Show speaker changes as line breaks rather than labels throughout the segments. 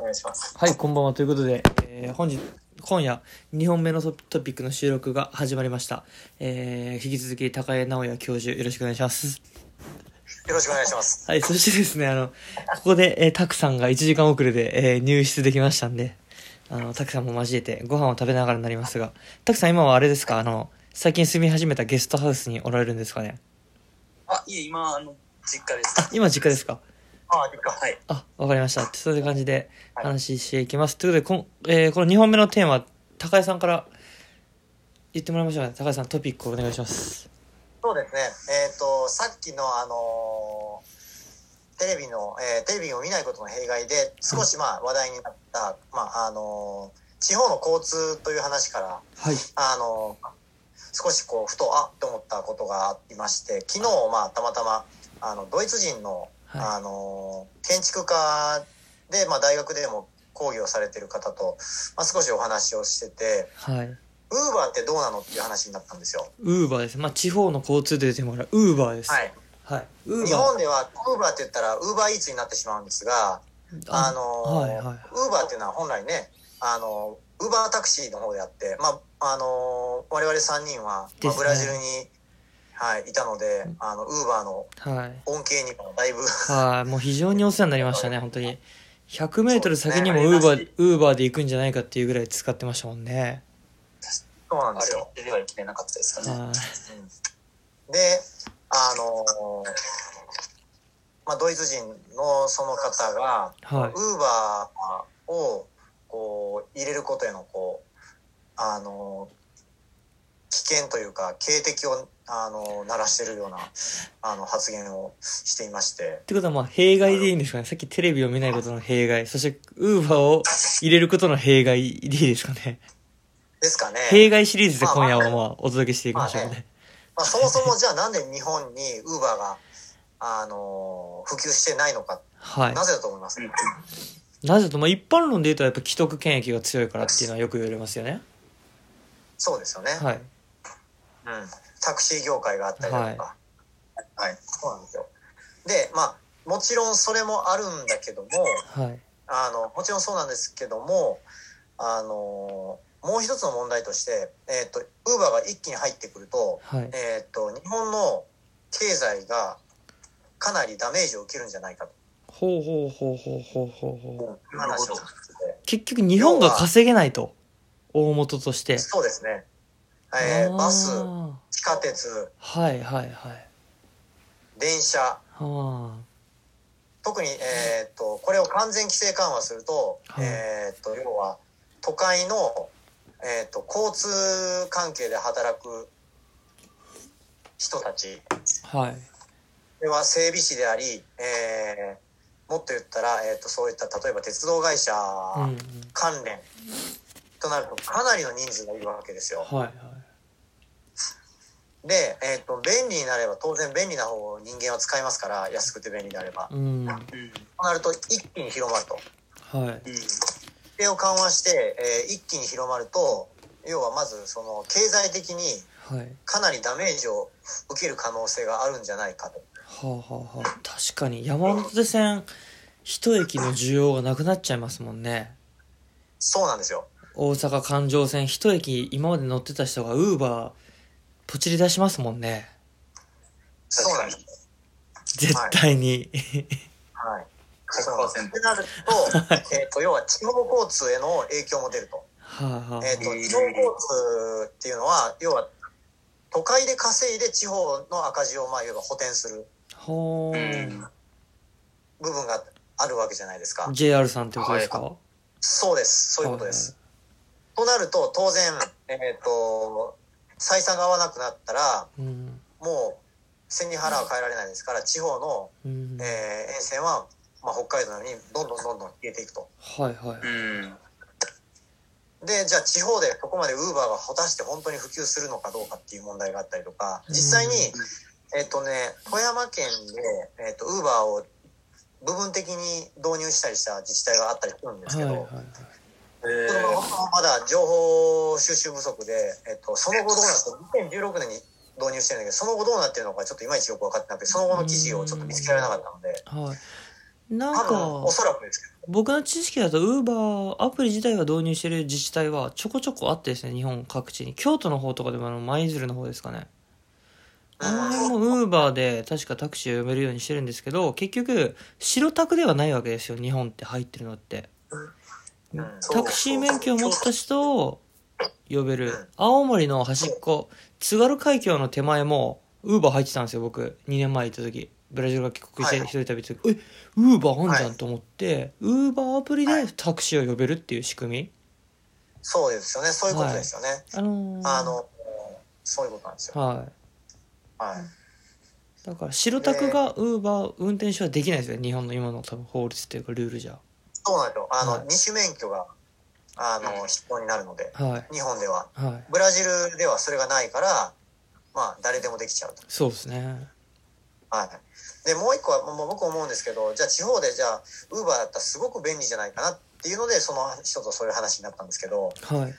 願いします。
はい、こんばんは。ということで、えー本日、今夜、2本目のトトピックの収録が始まりました。えー引き続き、高江直也教授、よろしくお願いします。
よろしくお願いします。
はい、そしてですね、あの、ここで、えー、タクさんが1時間遅れで、えー入室できましたんで、あの、タクさんも交えて、ご飯を食べながらになりますが、タクさん、今はあれですか、あの、最近住み始めたゲストハウスにおられるんですかね。
あ、いえ、今、あの、実家です。
あ、今、実家ですか
あ、実家、はい。
あ、わかりました。そういう感じで話していきます。ということで、こんえーこの2本目のテーマ、高井さんから言ってもらいましょうかね。高井さん、トピックをお願いします。
そうですね。えっ、と、さっきの、あのーテレビの、えーテレビを見ないことの弊害で、少し、まあ、話題になった、まあ、あのー地方の交通という話から、
はい。
あのー少しこう、ふと、あって思ったことがありまして、昨日、まあ、たまたま、あの、ドイツ人の、
は
あの建築家で、まあ、大学でも講義をされてる方と、まあ、少しお話をしてて
い。はい。
ウーバーってどうなのっていう話になったんですよ。
ウーバーです。まあ、地方の交通で出てもらう、ウーバーです。
はい、
はい。ウー
日
バ
本ではウーバーって言ったらウーバーイーツになってしまうんですが、
ー。
あの
はいはい。
ウーバーっていうのは本来ねあのウーバータクシーの方であって、まあ、あの我々3人は、
で
まあ
すね
ブラジルに、はい、いたのであのウーバーの
はい。
恩恵にもだい ぶ
はい。もう非常にお世話になりましたね、本当に。100メートル先にも
そう
ウ
で
ー
すね
バー、ウーバーで行くんじゃないかっていうぐらい使ってましたもんね。
そうなんですよ。
では生きれなかったですかね。
はい。
うんであのーまあ、ドイツ人のその方が
はい。
ウーバーをこう入れることへのこうあのー危険というか警笛をあのー鳴らしてるようなあの発言をしていまして
ってことはまあ弊害でいいんですかねさっきテレビを見ないことの弊害そしてウーバーを入れることの弊害でいいですかね
ですかね、
弊害シリーズで今夜はまあお届けしていきましょう
まあ
ね
まあ、そもそもじゃあなんで日本にウーバーがあのー普及してないのか
はい
なぜだと思いますか、
なぜとまあ一般論で言うとやっぱ既得権益が強いからっていうのはよく言われますよね
そうですよね、
はい
うん、タクシー業界があったりだとか、はいそうなんですよでまあもちろんそれもあるんだけども
はい
あのもちろんそうなんですけどもあのもう一つの問題として、えー、とウーバーが一気に入ってくると,、
はい
えー、と日本の経済がかなりダメージを受けるんじゃないか
ほうほうほうほうほうほうほう
という話を
なるほど
結局日本が稼げないと大元として
そうですね、えー
あー
バス地下鉄
はいはいはい
電車
は
特に、えー、とこれを完全規制緩和すると,、
はい
えー、と要は都会の、えー、と交通関係で働く人たち
あはい
これは整備士であり、えーもっと言ったら、えー、とそういった例えば鉄道会社
うんうん
関連となるとかなりの人数がいるわけですよ。
はいはい
で、えー、と便利になれば当然便利な方を人間は使いますから安くて便利であれば。
うんは
うん。
となると一気に広まると。
い
うん。
規制を緩和して、えー一気に広まると要はまずその経済的に
はい
かなりダメージを受ける可能性があるんじゃないかと
はあはあはあ確かに山手線一駅の需要がなくなっちゃいますもんね
そうなんですよ
大阪環状線一駅今まで乗ってた人がウーバーポチり出しますもんね
そうなんです
絶対に、
はい。
100%
ってなる と、えっと、要は地方交通への影響も出ると。
はあは
えっと、
うん
地方交通っていうのは、要は、都会で稼いで地方の赤字を、まあ、いわば補填する
あほー
うん
部分があるわけじゃないですか。
JR さんってことですか、
そうです。そういうことです。となると、当然、えっと、採算が合わなくなったら、
はいはいうん
もう、背に腹は変えられないですから、地方の、
うん、
えー沿線は、まあ、北海道にどんどんどんどん消えていくと。
はいはい
うん。
でじゃあ地方でここまでウーバーが果たして本当に普及するのかどうかっていう問題があったりとか実際に、えっとね、富山県で、えっとウーバーを部分的に導入したりした自治体があったりするんです
は
け
い
ど、
は
こ
い
れ
はい
え
もまだ情報収集不足で、えっとその後どうなって2016年に導入してるんだけどその後どうなってるのかちょっといまいちよく分かってなくてその後の記事をちょっと見つけられなかったので
はいなん
多分お
か
そらくですけど
僕の知識だとウーバーアプリ自体は導入してる自治体はちょこちょこあってですね日本各地に京都の方とかでもあの舞鶴の方ですかねあの辺もウーバーで確かタクシーを呼べるようにしてるんですけど結局白タクではないわけですよ日本って入ってるのって
うん
タクシー免許を持った人を呼べる
うん
青森の端っこ津軽海峡の手前もウーバー入ってたんですよ僕2年前行った時ブラジルが帰国して
はい
一人旅行った時えウーバーあんじゃ
は
んと思ってウーバーアプリでタクシーを呼べるっていう仕組み
そうですよねそういうことですよね、
あのー
あのそういうことなんですよ
はい
はい
だから白タクがウーバー運転手はできないですよ日本の今の多分法律っていうかルールじゃ
そうなんですよあの、
はい
二種免許があ
う
の
ん
必要になるので
はい
日本では
はい
ブラジルではそれがないからまあ誰でもできちゃうと
そうですね
はい、でもう一個はもう僕思うんですけどじゃあ地方でじゃあウーバーだったらすごく便利じゃないかなっていうのでその人とそういう話になったんですけど
はい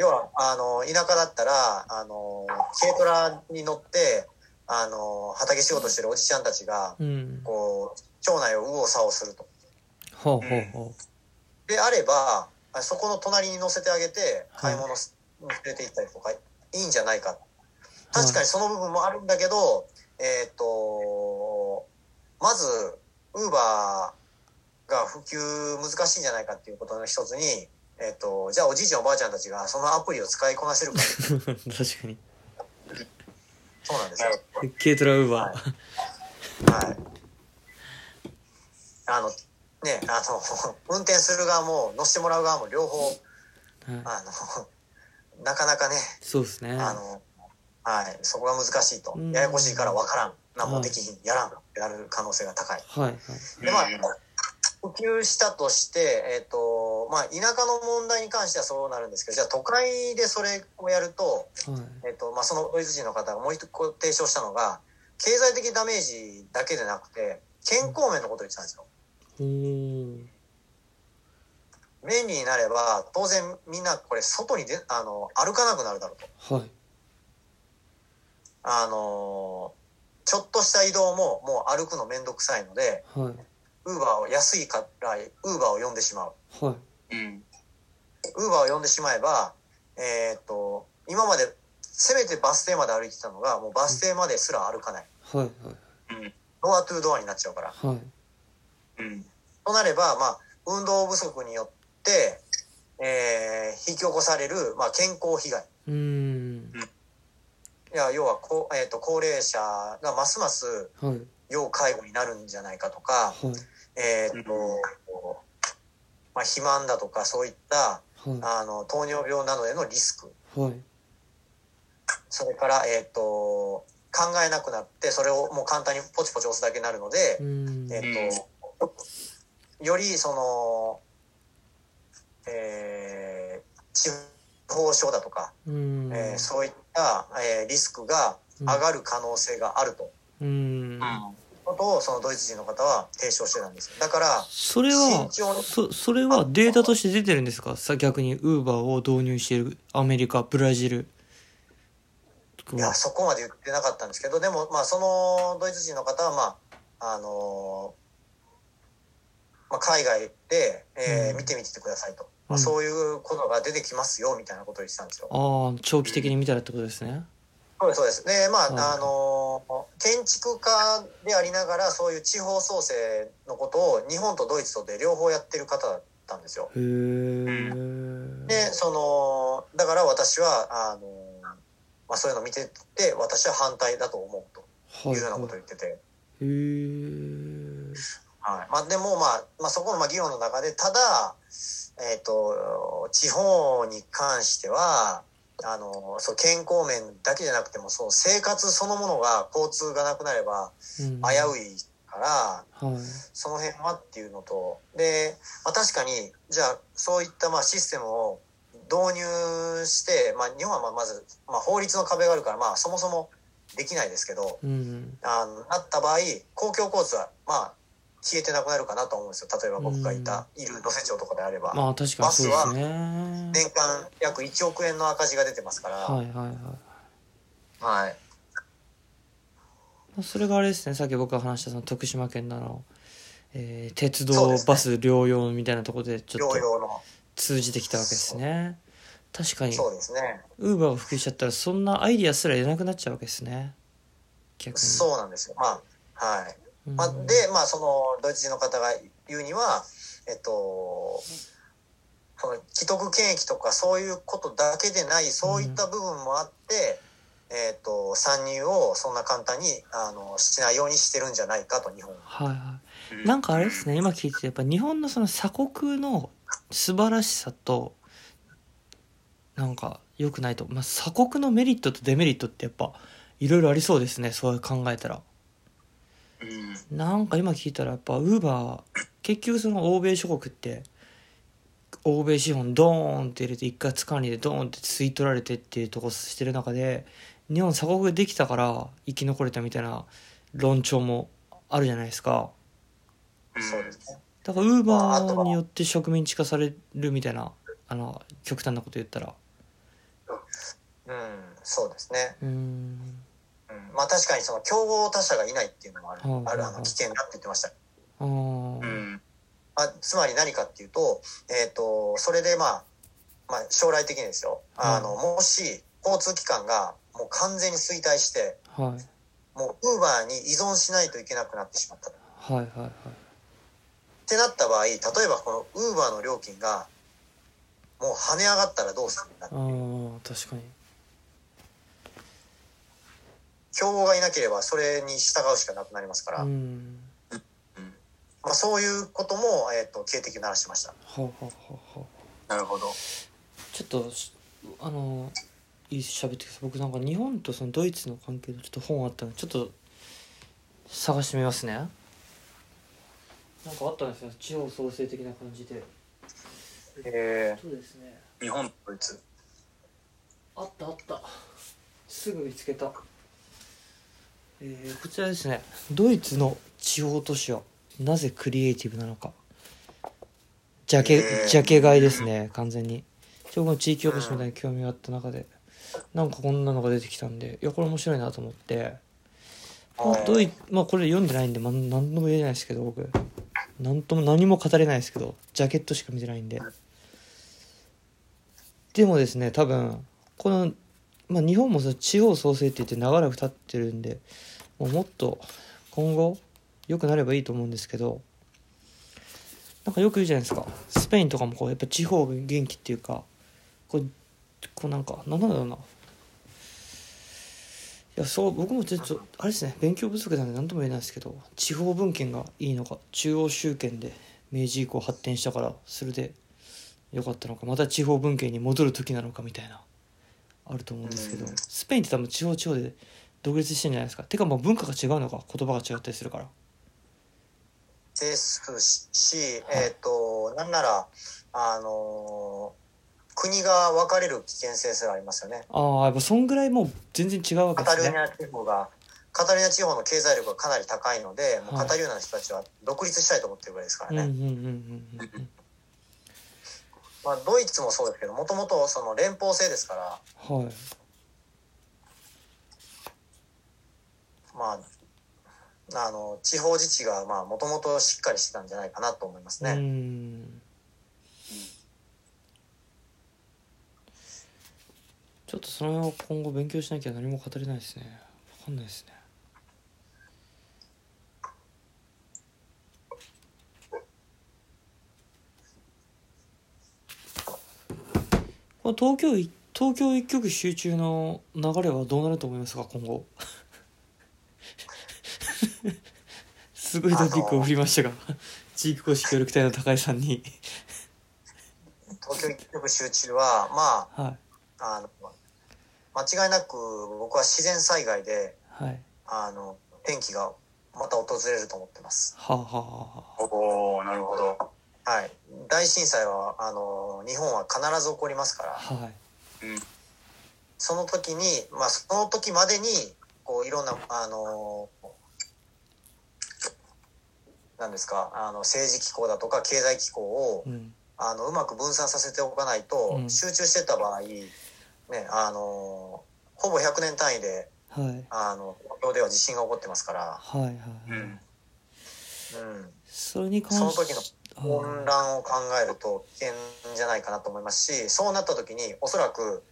要はあの田舎だったらあの軽トラに乗ってあの畑仕事してるおじちゃんたちが
うん
こう町内を右往左往すると。
ほうほうほ
であればあそこの隣に乗せてあげて買い物すに連れて行ったりとかいいんじゃないか確かにその部分もあるんだけど、えーっ、とまずウーバーが普及難しいんじゃないかっていうことの一つに、えーっとじゃあおじいちゃんおばあちゃんたちがそのアプリを使いこなせるか
う 確かに
そうなんですよ。
軽トラウーバー
はい、あのねあの運転する側も乗せてもらう側も両方
はい
あの なかなかね
そうですね
あの、はい、そこが難しいと
うん、
ややこしいから分からん、何もできひん、やらんってなる可能性が高い。
はいはい
で、まあ
うん、
普及したとして、えっ、と、まあ、田舎の問題に関してはそうなるんですけど、じゃあ都会でそれをやると、
は
え
い
っ、と、まあ、そのドイツ人の方がもう一個提唱したのが、経済的ダメージだけでなくて、健康面のことを言ってたんですよ。
おー
便利になれば、当然みんなこれ外にで、あの、歩かなくなるだろうと。
はい
あのーちょっとした移動ももう歩くの面倒くさいので
はい
ウーバーを安いからウーバーを呼んでしまう
はい
うん
ウーバーを呼んでしまえばえーっと今までせめてバス停まで歩いてたのがもうバス停まですら歩かない
はいはい
ドアトゥードアになっちゃうから
はい
うん
となれば、まあ、運動不足によって、えー引き起こされる、まあ、健康被害
うーん
いや要はこう、えーっと高齢者がますます
はいはい
要介護になるんじゃないかとか、えーっと、まあ、肥満だとかそういった
は
あの糖尿病などへのリスク
いはい
それから、えーっと考えなくなってそれをもう簡単にポチポチ押すだけになるので
う、ーん
えーっとよりその、えー、地方症だとか、
うーん
えーそういった、えーリスクが上がる可能性があると。
うーん
ことをそのドイツ人の方は提唱してたんですよだから
それは
慎重に
そそれはデータとして出てるんですかさ逆にウーバーを導入しているアメリカブラジル
いやそこまで言ってなかったんですけどでもまあそのドイツ人の方はまああのまあ、海外で、えー
うん
見てみてくださいと、
う
まあ、
ん
そういうことが出てきますよみたいなことを言ってたんですよ。
ああ長期的に見たらってことですね
そうですそうですでまあ、
うん
あの建築家でありながらそういう地方創生のことを日本とドイツとで両方やってる方だったんですよ。
へえ
でそのだから私はあの、まあ、そういうのを見てて私は反対だと思うと
はい
いうようなことを
は
言ってて。
いへえ
はい、まあでもまあ、まあ、そこのまあ議論の中でただ、えっと地方に関してはあのそう健康面だけじゃなくてもそう生活そのものが交通がなくなれば
危
危ういから、
はい
その辺はっていうのとで、まあ、確かにじゃあそういったまあシステムを導入して、まあ、日本はまあまず、まあ、法律の壁があるから、まあ、そもそもできないですけど、
うん
あのなった場合公共交通はまあ消えてなくなるかなと思うんですよ例えば僕がいた、いる能勢町とかであれば、
まあ確かにそうですね
年間約1億円の赤字が出てますから、
はいはいはいま
はい
あそれがあれですねさっき僕が話したその徳島県のあのえー鉄
そう
道、
ですね
バス療養みたいなところでちょっ
療
と
養の、
通じてきたわけですね確かに
そうですね
ウーバーが普及しちゃったらそんなアイディアすらいらなくなっちゃうわけですね逆に
そうなんですよまあはい、
うん、
まあ、でまあそのドイツ人の方が言うにはえっとその既得権益とかそういうことだけでないそういった部分もあって、えっと参入をそんな簡単にあのしないようにしてるんじゃないかと日本は
はいはいなんかあれですね今聞いててやっぱ日本のその鎖国の素晴らしさとなんか良くないと、まあ、鎖国のメリットとデメリットってやっぱいろいろありそうですねそう考えたら
うん
なんか今聞いたらやっぱウーバー結局その欧米諸国って欧米資本ドーンって入れて一括管理でドーンって吸い取られてっていうとこしてる中で日本鎖国できたから生き残れたみたいな論調もあるじゃないですか
そうですね
だからウー
まあ
バ
あと
ー
は
によって植民地化されるみたいなあの極端なこと言ったら
うんそうですね
うーん
うんまあ確かにその競合他社がいないっていうのもある,、
うん
あるあの危険だって言ってました、
あー
うん
まあ、つまり何かっていうと,、えー、とそれでまあ、まあ、将来的にですよあの、
う
もし交通機関がもう完全に衰退して
はい
もうウーバーに依存しないといけなくなってしまったっ
はいはいはい
てなった場合例えばこのウーバーの料金がもう跳ね上がったらどうするんだ
あー確かに
競合がいなければそれに従うしかなくなりますから、
うん
まあ、そういうことも、えー、と警笛を鳴らしました。
はあはあはあはあ
なるほど
ちょっとしあのいい喋ってください僕なんか日本とそのドイツの関係でちょっと本あったのでちょっと探してみますねなんかあったんですよ地方創生的な感じでそうですね
日本とドイツ
あったあったすぐ見つけた、えー、こちらですねドイツの地方都市はなぜクリエイティブなのかジャケ、
えー
ジャケ買いですね完全にちょこの地域おこしみたいに興味があった中でなんかこんなのが出てきたんでいやこれ面白いなと思ってまあドイまあこれ読んでないんで、まあ、何とも言えないですけど僕何とも何も語れないですけどジャケットしか見てないんででもですね多分この、まあ、日本もその地方創生って言って長らく経ってるんでもうもっと今後良くなればいいと思うんですけどなんかよく言うじゃないですかスペインとかもこうやっぱ地方元気っていうかこうこうなんかなんだろうないやそう僕もちょっとあれですね勉強不足なんで何とも言えないですけど地方文献がいいのか中央集権で明治以降発展したからそれで良かったのかまた地方文献に戻る時なのかみたいなあると思うんですけど
うん
スペインって多分地方地方で独立してんじゃないですかてかもう文化が違うのか言葉が違ったりするから
ですし、
はい
えっ、と、なんなら、あのー国が分かれる危険性すらありますよね。
ああやっぱそんぐらいもう全然違うわけ
カ
で
タ
す
ルーニ
ね
ャ地方が、カタルーニャ地方の経済力がかなり高いので、もう
はい
カタルーニャの人たちは独立したいと思ってるぐらいですから
うんうん
ね。
うんうんうん
まあ、ドイツもそうですけど、もともとその連邦制ですから、
うんはい
まあ、あの地方自治がまあもともとしっかりしてたんじゃないかなと思いますね。
うーんちょっとその辺を今後勉強しなきゃ何も語れないですね分かんないですねこの東京い東京一極集中の流れはどうなると思いますか今 後すごいドキックを振りましたが地域公式協力隊の高井さんに
東京一極集中は、ま
はい
あ、あの間違いなく僕は自然災害で、
はい
あの天気がまた訪れると思ってます。
はあ、はあはあ、
おおなるほど
はい、大震災はあの日本は必ず起こりますから、
はい
その時にまあその時までにこういろんなあのなんですかあの政治機構だとか経済機構を
うん
あのうまく分散させておかないと、
うん
集中してた場合ねあのほぼ100年単位で
はい
あの東京では地震が起こってますから。
はいはいはい、
うん
うん、
それに関
その
し
時の混
あ
乱を考えると危険じゃないかなと思いますしそうなった時におそらく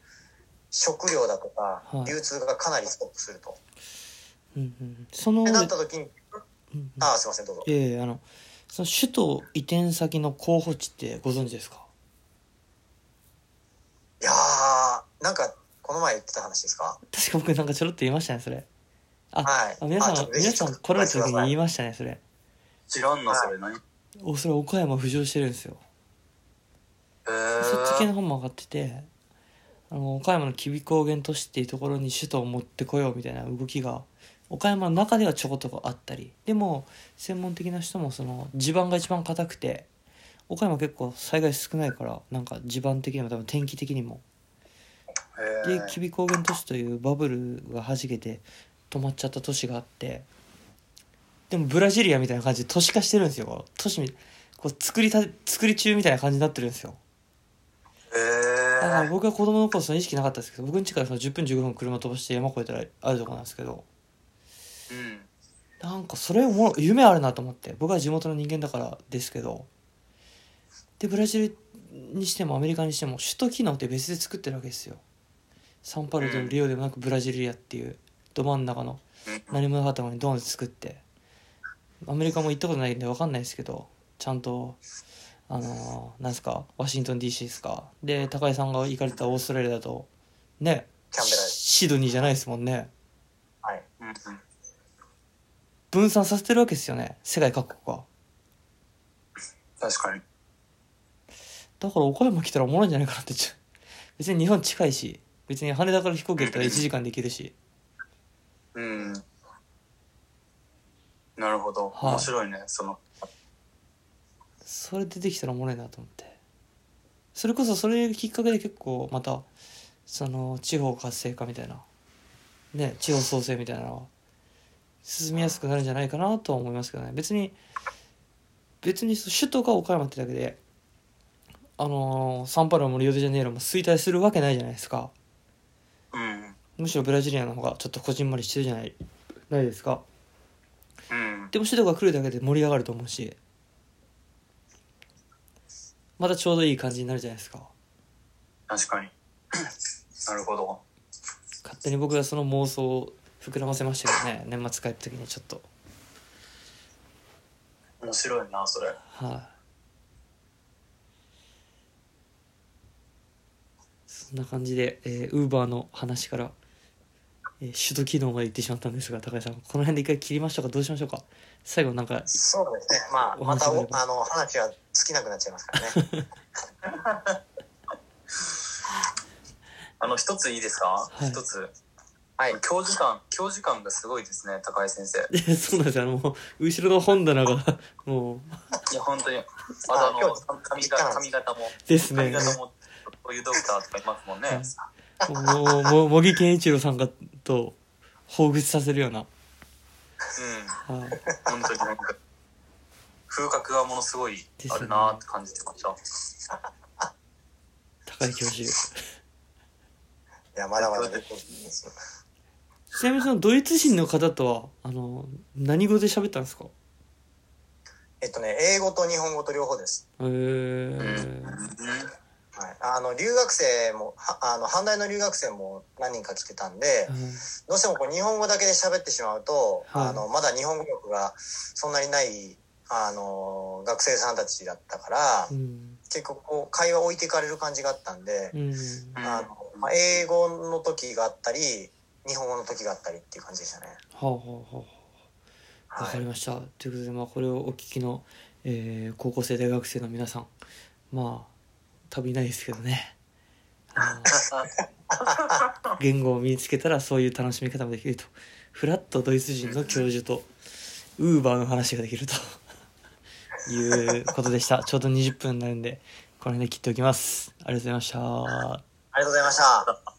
食料だとか
はい
流通がかなりストップすると。
ーうんうん、その
ってなった時に
うんうん
ああすいませんどうぞ。
いやいやあのその首都移転先の候補地ってご存知ですか
いやーなんかこの前言ってた話ですか
確か僕なんかちょろっと言いましたねそれあ,、
はい
あ皆さ
あちょ
ん
っとぜひ
皆さん来られた時に言いましたねそれ
知らんな、それ何。へ
おそれ岡山浮上してるんですよそっち系
え。
の方も上がっててあの岡山の吉備高原都市っていうところに首都を持ってこようみたいな動きが岡山の中ではちょこちょこあったりでも専門的な人もその地盤が一番硬くて岡山結構災害少ないからなんか地盤的にも多分天気的にもで吉備高原都市というバブルがはじけて止まっちゃった都市があってでもブラジリアみたいな感じで都市化してるんですよこう都市みこう作りた作り中みたいな感じになってるんですよだか
へ
ら
え。
僕は子供の頃その意識なかったですけど僕ん家からその10分15分車飛ばして山越えたらあるとこなんですけど
うん。
なんかそれおもろ夢あるなと思って僕は地元の人間だからですけどでブラジルにしてもアメリカにしても首都機能って別で作ってるわけですよサンパルでもリオでもなくブラジリアっていうど真ん中の何もなかったのにドーンと作ってアメリカも行ったことないんで分かんないですけどちゃんとあのーなんすかワシントン DC ですかで高井さんが行かれたオーストラリアだとね
キャンベラです
シドニーじゃないですもんね
はい
うん。
分散させてるわけですよね世界各国が
確かに。
だから岡山来たらおもろいんじゃないかなってちょ別に日本近いし別に羽田から飛行機だったら1時間で行けるし
うん。なるほど。
はい
面白いね、その。
それ出てきたらおもろいなと思ってそれこそそれきっかけで結構またその地方活性化みたいなね地方創生みたいなのは進みやすくなるんじゃないかなとは思いますけどね別に別にそう首都が岡山ってだけであのーサンパウロもリオデジャネイロも衰退するわけないじゃないですか
うん。
むしろブラジリアの方がちょっとこじんまりしてるじゃないないですか
うん。
でも首都が来るだけで盛り上がると思うしまたちょうどいい感じになるじゃないですか
確かに。なるほど。
勝手に僕がその妄想を膨らませましたけどね年末帰った時にちょっと
面白いな、それ。
はい、そんな感じでウーバーの話から、えー首都機能まで行ってしまったんですが高井さんこの辺で一回切りましょうかどうしましょうか最後なんか
そうですねまあ
お
ま
話
た
があれば
おあの話は尽きなくなっちゃいますからね
あの、一ついいですか
はい
一つ。
はい
教授感、教授感がすごいですね、高井先生。
で そうなんですよあのもう後ろの本棚がもう
いや、本当に。またあ
今
の、
日
髪型髪型も、
ですね
髪型も、こういうドクターとかいますもんね。
はいもうも茂木健一郎さんがと放物させるような、はい、
うん、本当になんか、風格がものすごいあるなーって感じてました。
高井教授
いやまだまだ出てくるんですよ
ちなみにそのドイツ人の方とはあの何語で喋ったんですか
えっとね英語と日本語と両方です
え ー、
はい、あの留学生もはあの阪大の留学生も何人か来てたんで、どうしてもこう日本語だけで喋ってしまうと、
はい
あのまだ日本語力がそんなにないあの学生さんたちだったから、
うん
結構こう会話置いていかれる感じがあったんで、
うん
あのまあ、英語の時があったり日本語の時があったりっていう感じでしたね。
はあはあはあわ
は
かり
い、
ました、ということで、まあ、これをお聞きの、えー高校生大学生の皆さんまあ旅ないですけどねあの言語を身につけたらそういう楽しみ方もできるとフラットドイツ人の教授とウーバーの話ができるということでしたちょうど20分になるんでこの辺で切っておきますありがとうございました
ありがとうございました。